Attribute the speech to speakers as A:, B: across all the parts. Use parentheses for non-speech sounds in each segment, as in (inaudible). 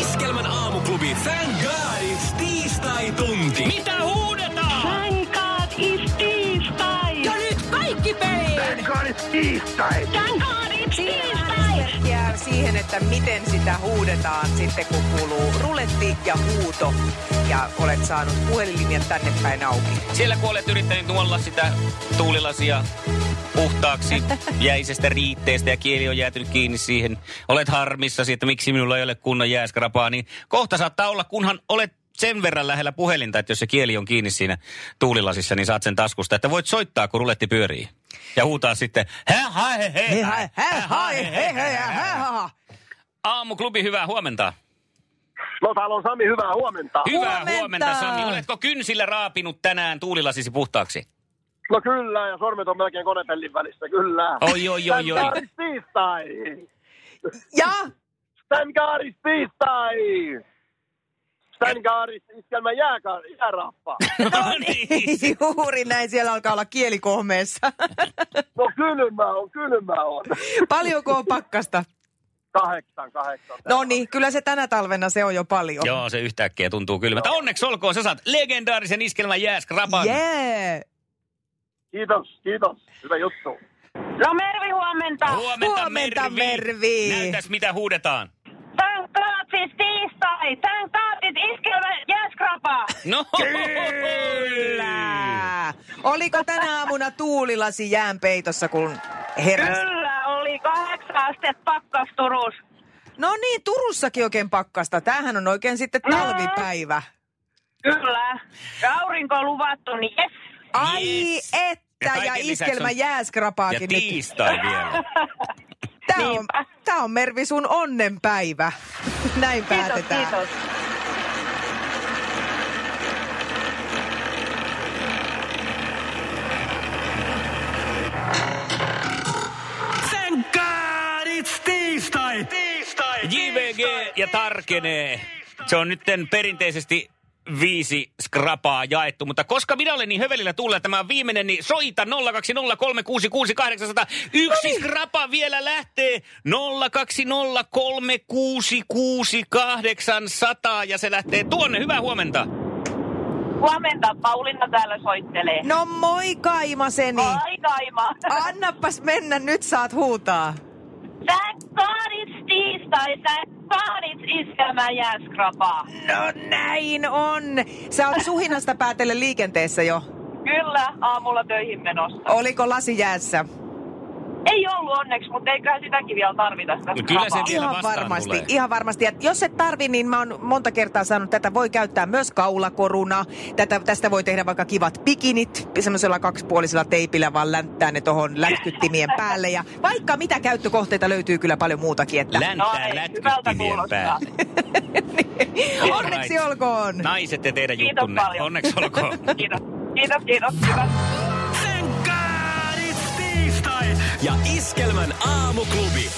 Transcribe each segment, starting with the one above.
A: Iskelmän aamuklubi Thank God it's tiistai-tunti. Mitä huudetaan?
B: Thank God it's tiistai!
C: Ja nyt kaikki peliin!
B: Thank God it's tiistai!
D: Jää siihen, että miten sitä huudetaan sitten, kun kuuluu ruletti ja huuto. Ja olet saanut puhelinlinjat tänne päin auki.
E: Siellä kun olet yrittänyt nuolla sitä tuulilasia puhtaaksi jäisestä riitteestä ja kieli on jäätynyt kiinni siihen. Olet harmissasi, että miksi minulla ei ole kunnon jääskrapaa, niin kohta saattaa olla, kunhan olet sen verran lähellä puhelinta, että jos se kieli on kiinni siinä tuulilasissa, niin saat sen taskusta, että voit soittaa, kun ruletti pyörii. Ja huutaa sitten, hä, hä, hä, hä, hä, hä, hä, hä, hä, hä. Aamuklubi, hyvää huomenta.
F: No täällä on Sami, hyvää huomenta.
E: Hyvää
C: Huomenta.
E: huomenta, huomenta Sami. Oletko kynsillä raapinut tänään tuulilasisi puhtaaksi?
F: No kyllä, ja sormet on melkein konepellin välissä, kyllä.
E: Oi, oi, oi, oi.
F: Tän tiistai!
D: Ja
F: Tän kaaris tiistai!
E: Eh.
F: Tän kaaris iskelmä jääka- jäärappa.
E: No niin.
D: juuri näin, siellä alkaa olla kieli kohmeessa.
F: No kylmä on, kylmä on.
D: Paljonko on pakkasta?
F: Kahdeksan, kahdeksan.
D: No niin, kyllä se tänä talvena se on jo paljon.
E: Joo, se yhtäkkiä tuntuu kylmältä. Onneksi olkoon, sä saat legendaarisen iskelmän jääskrapan.
D: Jee!
F: Kiitos, kiitos. Hyvä juttu.
B: No Mervi, huomenta!
E: Huomenta,
D: Huomenta,
E: Mervi.
D: Mervi.
E: Näytäs, mitä huudetaan.
B: Thank God it's siis tiistai! Thank God it's iskelmä jäskrapa!
E: No, kyllä.
D: Ää, Oliko tänä aamuna tuulilasi jään peitossa, kun heräsit?
B: Kyllä, oli kahdeksan astetta pakkas Turus.
D: No niin, Turussakin oikein pakkasta. Tämähän on oikein sitten talvipäivä.
B: Kyllä. Ja Aurinko on luvattu, niin jes.
D: Ai
E: Yes. Ja
D: että,
E: kaiken
D: ja
E: lisäksi
D: iskelmä
E: on- Ja
D: jääskrapaakin nyt.
E: tiistai vielä.
D: Tämä on,
B: Niinpä.
D: tää on Mervi sun onnenpäivä. (laughs) Näin
B: Kiitos,
D: päätetään.
B: kiitos.
A: Thank God it's tiistai.
E: JVG ja tarkenee. Se on nytten perinteisesti viisi skrapaa jaettu, mutta koska minä olen niin hövelillä tulla tämä on viimeinen, niin soita 020366800.
B: No
E: Yksi
B: niin.
E: skrapa vielä lähtee 020366800 ja se lähtee tuonne. Hyvää huomenta.
B: Huomenta, Pauliina täällä soittelee.
D: No moi Kaimaseni.
G: (laughs)
B: Ai kaima.
D: Annapas mennä, nyt saat huutaa.
B: Thank God it's tiistai, thank God it's iskelmä jääskrapaa.
D: No näin on. Sä oot suhinasta päätellen liikenteessä jo.
B: Kyllä, aamulla töihin menossa.
D: Oliko lasi jäässä?
B: Ei ollut onneksi, mutta eiköhän sitäkin vielä tarvita sitä
E: No kyllä se
B: skrapaa.
E: vielä
D: Ihan
E: vastaan
D: varmasti,
E: tulee.
D: ihan varmasti. Ja jos et tarvi, niin mä oon monta kertaa sanonut, että tätä voi käyttää myös kaulakoruna. Tätä, tästä voi tehdä vaikka kivat pikinit, semmoisella kaksipuolisella teipillä vaan länttää ne tohon lätkyttimien päälle. Ja vaikka mitä käyttökohteita löytyy kyllä paljon muutakin. Että
B: No
E: Läntää
B: ei, hyvältä
E: lätkyttivien
B: kuulostaa.
E: päälle.
D: onneksi olkoon.
E: Naiset ja teidän
B: Kiitos
E: juttunne.
B: paljon.
E: Onneksi olkoon.
B: Kiitos, kiitos, kiitos. kiitos.
A: Thank God it's tiistai. Ja Iskelmän aamuklubi.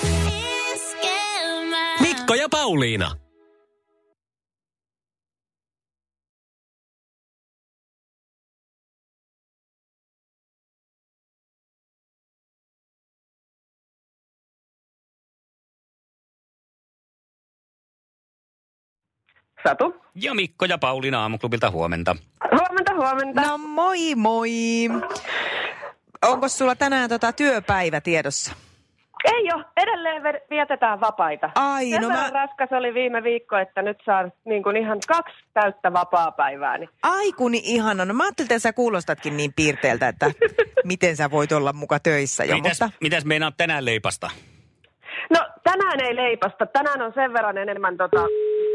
A: Mikko ja Pauliina.
G: Satu.
E: Ja Mikko ja Pauliina aamuklubilta huomenta.
G: Huomenta, huomenta.
D: No moi moi. Onko sulla tänään tota työpäivä tiedossa?
G: Ei ole, edelleen ve- vietetään vapaita.
D: Ai,
G: Sen
D: no
G: verran
D: mä-
G: raskas oli viime viikko, että nyt saan niin kuin ihan kaksi täyttä vapaa-päivää. Niin.
D: Ai kun niin ihana. No mä ajattelin, että sä kuulostatkin niin piirteeltä, että miten sä voit olla muka töissä jo.
E: Mitäs,
D: Mutta...
E: mitäs meinaat tänään leipasta?
G: No tänään ei leipasta, tänään on sen verran enemmän tota,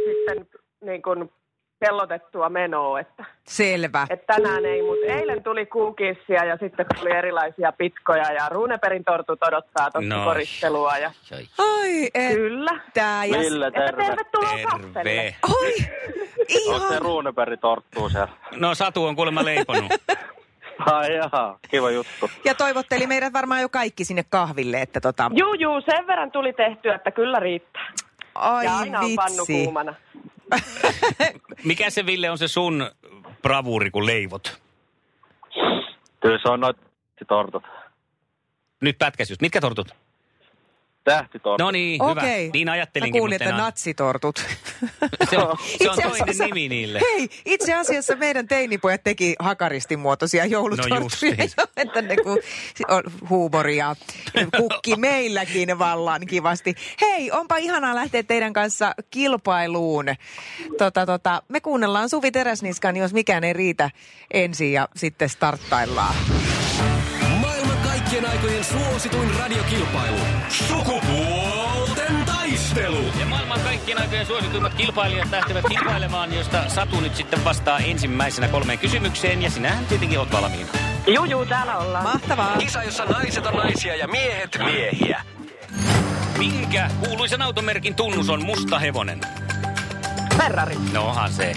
G: sitten niin kuin pellotettua menoa, että,
D: Selvä.
G: että tänään ei, mutta eilen tuli kuukissia ja sitten tuli erilaisia pitkoja ja ruuneperin tortut odottaa tuossa
E: No.
G: koristelua. Ja,
E: Joi.
D: Ai että.
G: kyllä.
D: Ja...
F: Mille
G: Että
F: terve?
G: tervetuloa kahvelle.
E: Terve.
D: Oi,
F: Onko se
D: ihan.
F: ruuneperi torttuu siellä?
E: No Satu on kuulemma leiponut.
F: Ai jaha, kiva juttu.
D: Ja toivotteli meidät varmaan jo kaikki sinne kahville, että tota...
G: Juu, juu, sen verran tuli tehtyä, että kyllä riittää.
D: Ai
G: ja aina on pannu
D: vitsi.
G: kuumana.
E: Mikä se Ville on se sun bravuuri, kun leivot?
F: Kyllä se on noit tortut.
E: Nyt pätkäsys. Mitkä tortut?
F: Tähtitortut.
E: No niin, hyvä.
D: Okei.
E: Niin
D: Mä
E: ajattelinkin,
D: kuulin,
E: mutta
D: että
E: enää.
D: natsitortut.
E: (laughs) Se on, se on
D: Itse
E: toinen
D: asiassa-
E: nimi niille.
D: Hei, itse asiassa meidän teinipojat teki hakaristin muotoisia (laughs) joulutorttuja,
E: No justiin.
D: no että ne kun on huumoria kukki meilläkin vallan kivasti. Hei, onpa ihanaa lähteä teidän kanssa kilpailuun. Tota, tota, me kuunnellaan Suvi Teräsniskan, jos mikään ei riitä ensin ja sitten starttaillaan.
A: Maailman kaikkien aikojen suosituin radiokilpailu. Sukupuolten taistelu.
E: Ja maailman kaikkien aikojen suosituimmat kilpailijat lähtevät kilpailemaan, josta Satu nyt sitten vastaa ensimmäisenä kolmeen kysymykseen. Ja sinähän tietenkin oot valmiina.
G: Juu, juu, täällä ollaan.
D: Mahtavaa.
A: Kisa, jossa naiset on naisia ja miehet miehiä.
E: Minkä kuuluisen automerkin tunnus on musta hevonen?
G: Ferrari.
E: No onhan se.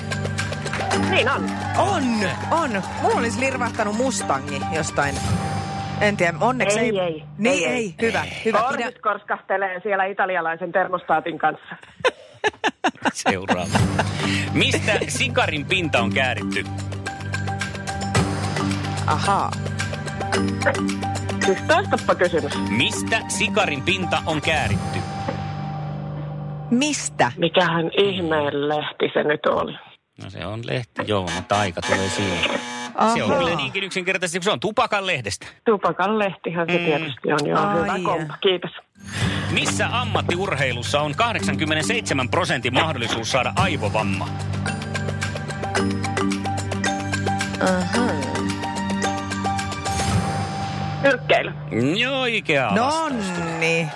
G: Niin on.
D: On, on. Mulla olisi lirvahtanut Mustangi jostain. En tiedä, onneksi ei.
G: Ei, ei.
D: Niin ei,
G: Ei, ei.
D: hyvä, hyvä. Pidä-
G: Korvit korskahtelee siellä italialaisen termostaatin kanssa.
E: Seuraava. Mistä sikarin pinta on kääritty?
D: Ahaa.
G: Siis toistappa kysymys.
E: Mistä sikarin pinta on kääritty?
D: Mistä?
G: Mikähän ihmeen lehti se nyt oli?
E: No se on lehti, joo, mutta aika tulee siihen. Se on kyllä niin niinkin yksinkertaisesti, kun se on tupakan lehdestä.
G: Tupakan lehtihän se tietysti on. Joo,
D: Mm. Ai
G: hyvä
D: jaa.
G: kompa. Kiitos.
E: Missä ammattiurheilussa on 87 prosentin mahdollisuus saada aivovamma?
G: Nyrkkeily.
E: Joo, Ikea on
D: No.
E: vasta.
D: Nonni.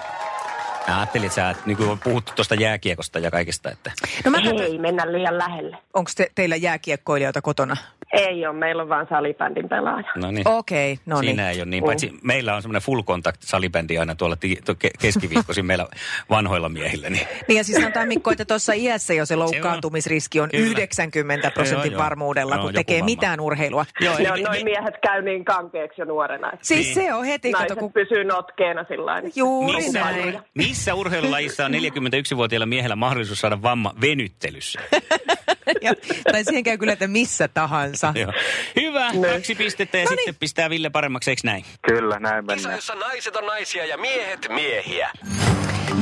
E: Mä ajattelin, että sä niin kuin on puhuttu tuosta jääkiekosta ja kaikesta, että
D: No mä katsoin,
G: Ei mennä liian lähelle.
D: onko te, teillä jääkiekkoilijoita kotona?
G: Ei ole, meillä on vaan salibändin pelaaja.
D: Mm.
E: no niin.
D: Okei, okay, no niin.
E: Siinä ei ole niin, paitsi meillä on semmoinen full contact salibändi aina tuolla ti- to- ke- keskiviikkoisin meillä vanhoilla miehillä. Niin.
D: Niin ja siis sanotaan Mikko, että tuossa iässä jo se loukkaantumisriski on
E: Kyllä.
D: 90 prosentin
E: Joo, joo.
D: varmuudella,
E: Joo,
D: kun
E: joku
D: tekee
E: varmaan.
D: mitään urheilua.
G: Ne on, noin miehet käy niin kankeeksi jo nuorena. että
E: Niin.
D: Siis se on heti, kato,
G: Naiset
D: kun...
G: pysyy notkeena sillä lailla.
D: Juuri
E: Missä,
D: näin.
E: missä urheilulajissa on 41-vuotiailla miehellä mahdollisuus saada vamma venyttelyssä? (laughs)
D: Ja- tai siihen käy kyllä, että missä tahansa.
E: Joo. Hyvä, kaksi pistettä ja
D: Noniin.
E: sitten pistää Ville paremmaksi, eikö näin?
F: Kyllä, näin
A: Kisa,
F: mennään.
A: jossa naiset on naisia ja miehet miehiä.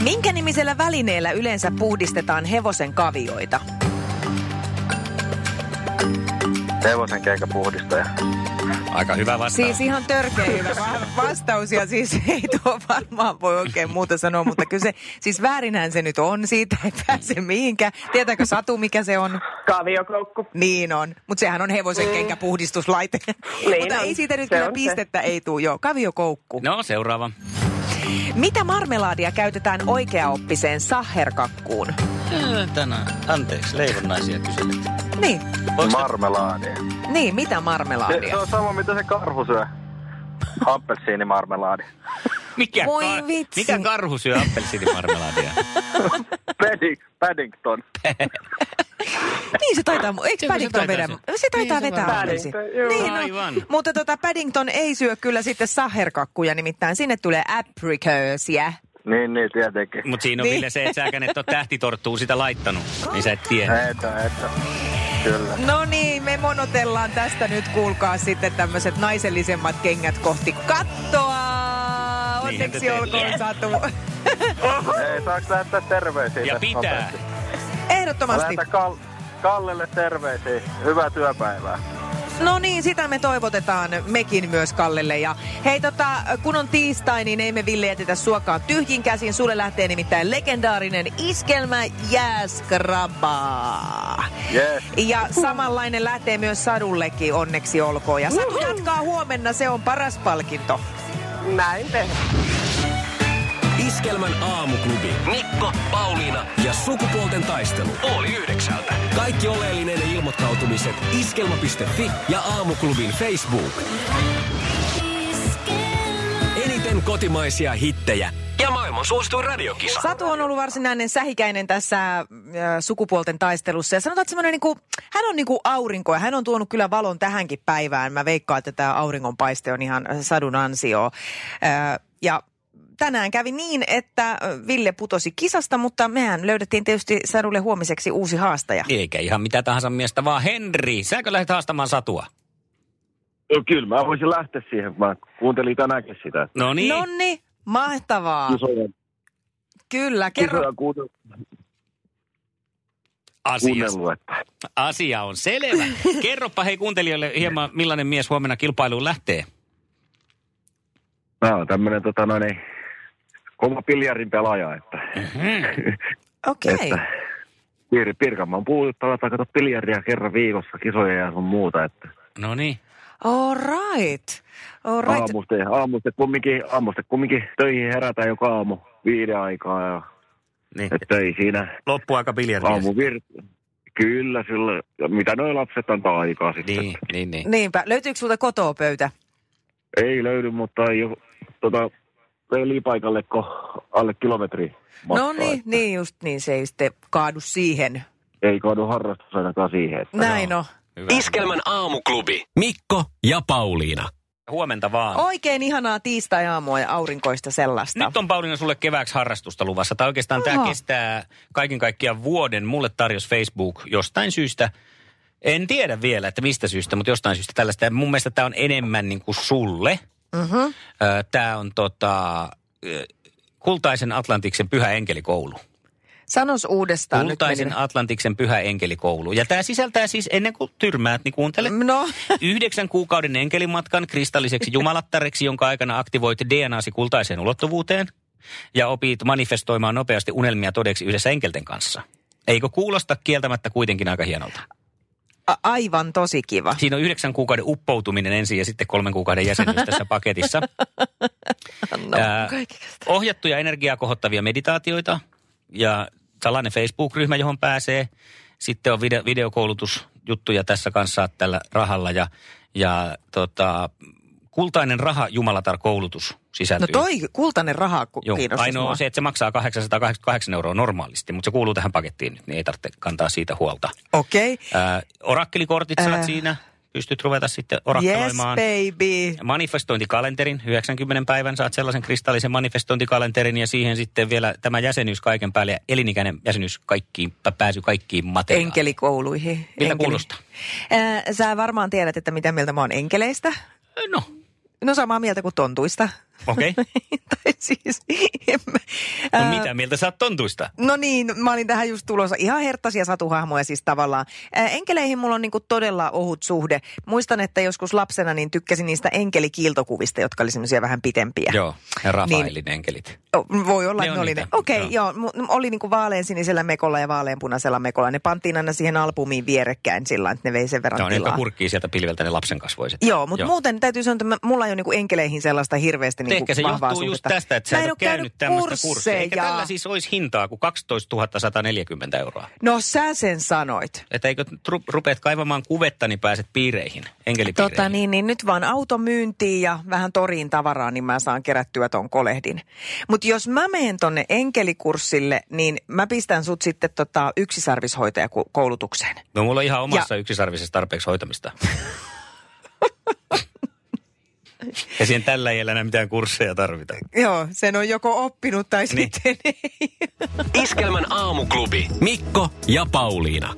D: Minkä nimisellä välineellä yleensä puhdistetaan hevosen kavioita?
F: Hevosen keikäpuhdistaja.
E: Aika hyvä vastaus.
D: Siis ihan törkeä hyvä va- vastaus ja siis (laughs) ei tuo varmaan voi oikein muuta sanoa, mutta kyllä se, siis väärinhän se nyt on, siitä ei pääse mihinkään. Tietääkö Satu, mikä se on?
G: Kaviokoukku.
D: Niin on, mutta sehän on hevosen kenkäpuhdistuslaite.
G: Mm.
D: (laughs)
G: Niin
D: mutta
G: on.
D: ei siitä nyt
G: Se
D: kyllä
G: on se.
D: pistettä ei tuu, joo, kaviokoukku.
E: No seuraava.
D: Mitä marmelaadia käytetään oikeaoppiseen saherkakkuun?
E: Tänään. Anteeksi, leivonnaisia kyselet.
D: Niin,
F: Marmelaadia.
D: niin, mitä
F: Se, se
D: marmelaadia?
F: on sama, mitä se karhu syö.
E: (laughs)
F: Appelsiinimarmelaadi.
E: Mikä,
D: Voi
E: kar-
D: vitsi.
E: mikä karhu syö appelsiinimarmeladia?
F: Padding, Paddington.
D: Niin se taitaa, mu-
E: Kyllä
D: eikö
E: se
D: Paddington
E: taitaa
D: vedä?
E: sen.
D: Se taitaa
E: Niin se
D: vetää
E: varmaan.
D: appelsiin.
G: Paddington, juu.
D: Niin on.
E: Aivan.
D: Mutta tota, Paddington ei syö kyllä sitten saherkakkuja, nimittäin sinne tulee apricotsia.
F: Niin, niin, tietenkin.
E: Mutta siinä on
D: Niin.
E: Ville se, että säkään et ole tähtitorttuu sitä laittanut, niin sä et tiedä.
F: Että, että. Kyllä.
D: No niin, me monotellaan tästä nyt, kuulkaa sitten tämmöiset naisellisemmat kengät kohti kattoa.
E: Niinhän te
D: Onneksi
E: teette.
D: olkoon, Satu.
F: Ei, saaks lähettää terveisiä?
E: Ja
F: tässä
E: pitää.
F: nopeasti?
D: Ehdottomasti.
F: Lähetä Kal- Kallelle terveisiä. Hyvää työpäivää.
D: No niin, sitä me toivotetaan mekin myös Kallelle. Ja hei tota, kun on tiistai, niin ei me Ville jätetä suokaan tyhjin käsin. Sulle lähtee nimittäin legendaarinen iskelmä Jääskrabaa.
F: Yes.
D: Ja samanlainen lähtee myös Sadullekin, onneksi olkoon. Ja Satu jatkaa huomenna, se on paras palkinto.
G: Näin tehdään.
A: Iskelmän aamuklubi. Mikko, Pauliina ja sukupuolten taistelu. Oli yhdeksältä. Kaikki oleellinen ilmoittautumiset iskelma.fi ja aamuklubin Facebook. Eniten kotimaisia hittejä ja maailman suosituin radiokisa.
D: Satu on ollut varsinainen sähikäinen tässä äh, sukupuolten taistelussa. Ja sanotaan, että semmoinen niinku, hän on niinku aurinko ja hän on tuonut kyllä valon tähänkin päivään. Mä veikkaan, että tämä auringonpaiste on ihan äh, sadun ansio. Äh, ja tänään kävi niin, että äh, Ville putosi kisasta, mutta mehän löydettiin tietysti Sadulle huomiseksi uusi haastaja.
E: Eikä ihan mitä tahansa miestä, vaan Henri, säkö lähdet haastamaan Satua?
F: No, kyllä mä voisin lähteä siihen, kun mä kuuntelin tänäänkin sitä.
E: No niin.
D: Nonni, mahtavaa.
F: Kisoja,
D: Kyllä, kerro.
F: kisoja kuuntel-
E: Asia,
F: kuunnellut, että
E: asia on selvä. Kerropa hei kuuntelijoille hieman, millainen mies huomenna kilpailuun lähtee.
F: mä oon tämmönen tota noin, niin, kova piljarin pelaaja, että,
D: Okei.
F: että Piir, Pirkanmaan puulut pelataan, kato piljaria kerran viikossa, kisoja ja sun muuta, että
E: No niin.
D: All right. All right.
F: aamusta, aamusta, kumminkin, aamusta kumminkin töihin herätään joka aamu viiden aikaa ja
E: niin.
F: että ei siinä
E: Loppuaika biljardias.
F: aamu Kyllä, sillä, ja mitä noi lapset antaa aikaa sitten.
E: Niin, niin, niin.
D: Niinpä. Löytyykö sulta kotoa pöytä?
F: Ei löydy, mutta ei ole tota, pelipaikalle ko, alle kilometri matkaa.
D: no niin,
F: että
D: niin just niin. Se ei sitten kaadu siihen.
F: Ei kaadu harrastus ainakaan siihen. Että
D: Näin on.
E: Hyvä.
A: Iskelmän aamuklubi. Mikko ja Pauliina.
E: Huomenta vaan.
D: Oikein ihanaa tiistai-aamua ja aurinkoista sellaista.
E: Nyt on Pauliina sulle kevääksi harrastusta luvassa. Tai oikeastaan tämä
D: Oho.
E: kestää kaiken kaikkiaan vuoden. Mulle tarjosi Facebook jostain syystä. En tiedä vielä, että mistä syystä, mutta jostain syystä tällaista. Ja Mun mielestä tämä on enemmän niin kuin sulle.
D: Mm-hmm.
E: Tämä on tota, ö, Kultaisen Atlantiksen pyhä enkelikoulu.
D: Sanos uudestaan
E: Kultaisen
D: nyt.
E: Atlantiksen pyhä enkelikoulu. Ja tämä sisältää siis, ennen kuin tyrmäät, niin kuuntele.
D: meni- No,
E: Yhdeksän kuukauden enkelimatkan kristalliseksi jumalattareksi, jonka aikana aktivoit DNAsi kultaiseen ulottuvuuteen ja opit manifestoimaan nopeasti unelmia todeksi yhdessä enkelten kanssa. Eikö kuulosta kieltämättä kuitenkin aika hienolta?
D: a- aivan tosi kiva.
E: Siinä on yhdeksän kuukauden uppoutuminen ensin ja sitten kolmen kuukauden jäsenyys tässä paketissa.
D: No,
E: Ää,
D: kaikista.
E: ohjattuja energiaa kohottavia meditaatioita ja tällainen Facebook-ryhmä, johon pääsee. Sitten on video, videokoulutusjuttuja tässä kanssa tällä rahalla ja, ja tota, kultainen raha jumalatar koulutus
D: no
E: sisältyy.
D: toi kultainen raha ku-
E: Joo,
D: kiinnostaisi
E: ainoa
D: mua.
E: on se, että se maksaa 888 euroa normaalisti, mutta se kuuluu tähän pakettiin nyt, niin ei tarvitse kantaa siitä huolta.
D: Okei.
E: Ää, orakkelikortit saat
D: Äh.
E: siinä, pystyt ruveta sitten
D: Yes,
E: orakkelemaan.
D: baby.
E: Manifestointikalenterin, 90 päivän saat sellaisen kristallisen manifestointikalenterin ja siihen sitten vielä tämä jäsenyys kaiken päälle ja elinikäinen jäsenyys kaikkiin, pä- pääsy kaikkiin materiaaliin.
D: Enkelikouluihin.
E: Miltä kuulostaa?
D: Ää, sä varmaan tiedät, että mitä mieltä mä oon enkeleistä.
E: No,
D: No samaa mieltä kuin tontuista.
E: okei. Okay.
D: (laughs) tai siis, en mä,
E: No
D: ää,
E: mitä mieltä sä oot tontuista?
D: No niin, mä olin tähän just tulossa. Ihan herttaisia satuhahmoja siis tavallaan. Ää, Enkeleihin mulla on niinku todella ohut suhde. Muistan, että joskus lapsena niin tykkäsin niistä enkelikiiltokuvista, jotka oli semmoisia vähän pitempiä.
E: Joo, ja Rafaelin niin. enkelit.
D: O, Voi olla,
E: Ne
D: että
E: on
D: ne oli
E: niitä.
D: ne. Okei,
E: Joo.
D: okay, joo. mu- Oli niinku vaaleansinisellä mekolla ja vaaleanpunaisella mekolla. Ne pantiin aina siihen albumiin vierekkäin sillä lailla, että ne vei sen verran
E: Ne on ne, jotka
D: tilaa.
E: kurkkii sieltä pilveltä ne lapsen kasvoiset.
D: Joo, mutta muuten täytyy sanoa, että mä- mulla ei ole niinku enkeleihin sellaista hirveästi niinku
E: Ehkä se
D: vahvaa
E: johtuu just
D: suhdetta.
E: tästä, että sä
D: Mä
E: et
D: en
E: ole
D: ole
E: käynyt
D: käynyt
E: tämmöistä kursseja. Eikä
D: kursseja.
E: tällä siis olisi hintaa kuin 12 140 euroa.
D: No sä sen sanoit.
E: Että eikö tru- rupeat kaivamaan kuvetta, niin pääset piireihin, enkelipiireihin.
D: Tota niin, niin nyt vaan automyyntiin ja vähän toriin tavaraa, niin mä saan kerättyä ton kolehdin. Mutta jos mä menen tonne enkelikurssille, niin mä pistän sut sitten tota yksisarvishoitajakoulutukseen.
E: No mulla on ihan omassa ja... yksisarvisessa tarpeeksi hoitamista. (laughs) ja siihen tällä ei enää mitään kursseja tarvita.
D: Joo, sen on joko oppinut tai
E: Niin.
D: niin. sitten ei.
A: Iskelmän aamuklubi. Mikko ja Pauliina.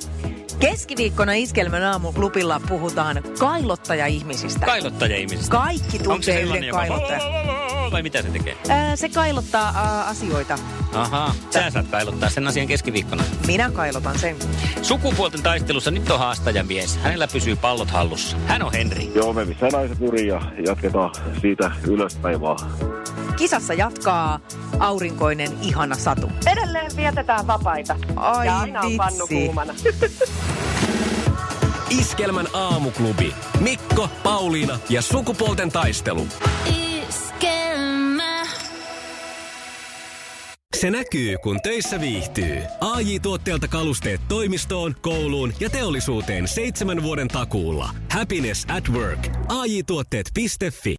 D: Keskiviikkona Iskelmän aamuklubilla puhutaan kailottaja-ihmisistä.
E: Kailottaja ihmisistä.
D: Kaikki
E: Onko se
D: tuntee
E: sellainen,
D: yhden
E: joka...
D: kailottajan.
E: Vai mitä se tekee?
D: Ää, Se kailottaa ää, asioita.
E: Ahaa, sä saat kailottaa sen asian keskiviikkona.
D: Minä kailotan sen.
E: Sukupuolten taistelussa nyt on haastajamies. Hänellä pysyy pallot hallussa. Hän on Henri.
F: Joo, me missään naiset nurin ja jatketaan siitä ylöspäin vaan.
D: Kisassa jatkaa aurinkoinen ihana satu.
G: Edelleen vietetään vapaita.
D: Ai
G: ja aina on pannu
D: vitsi.
G: kuumana.
A: Iskelmän aamuklubi. Mikko, Pauliina ja sukupuolten taistelu.
H: Iskelmä.
A: Se näkyy, kun töissä viihtyy. ai tuotteelta kalusteet toimistoon, kouluun ja teollisuuteen seitsemän vuoden takuulla. Happiness at work. AJ-tuotteet.fi.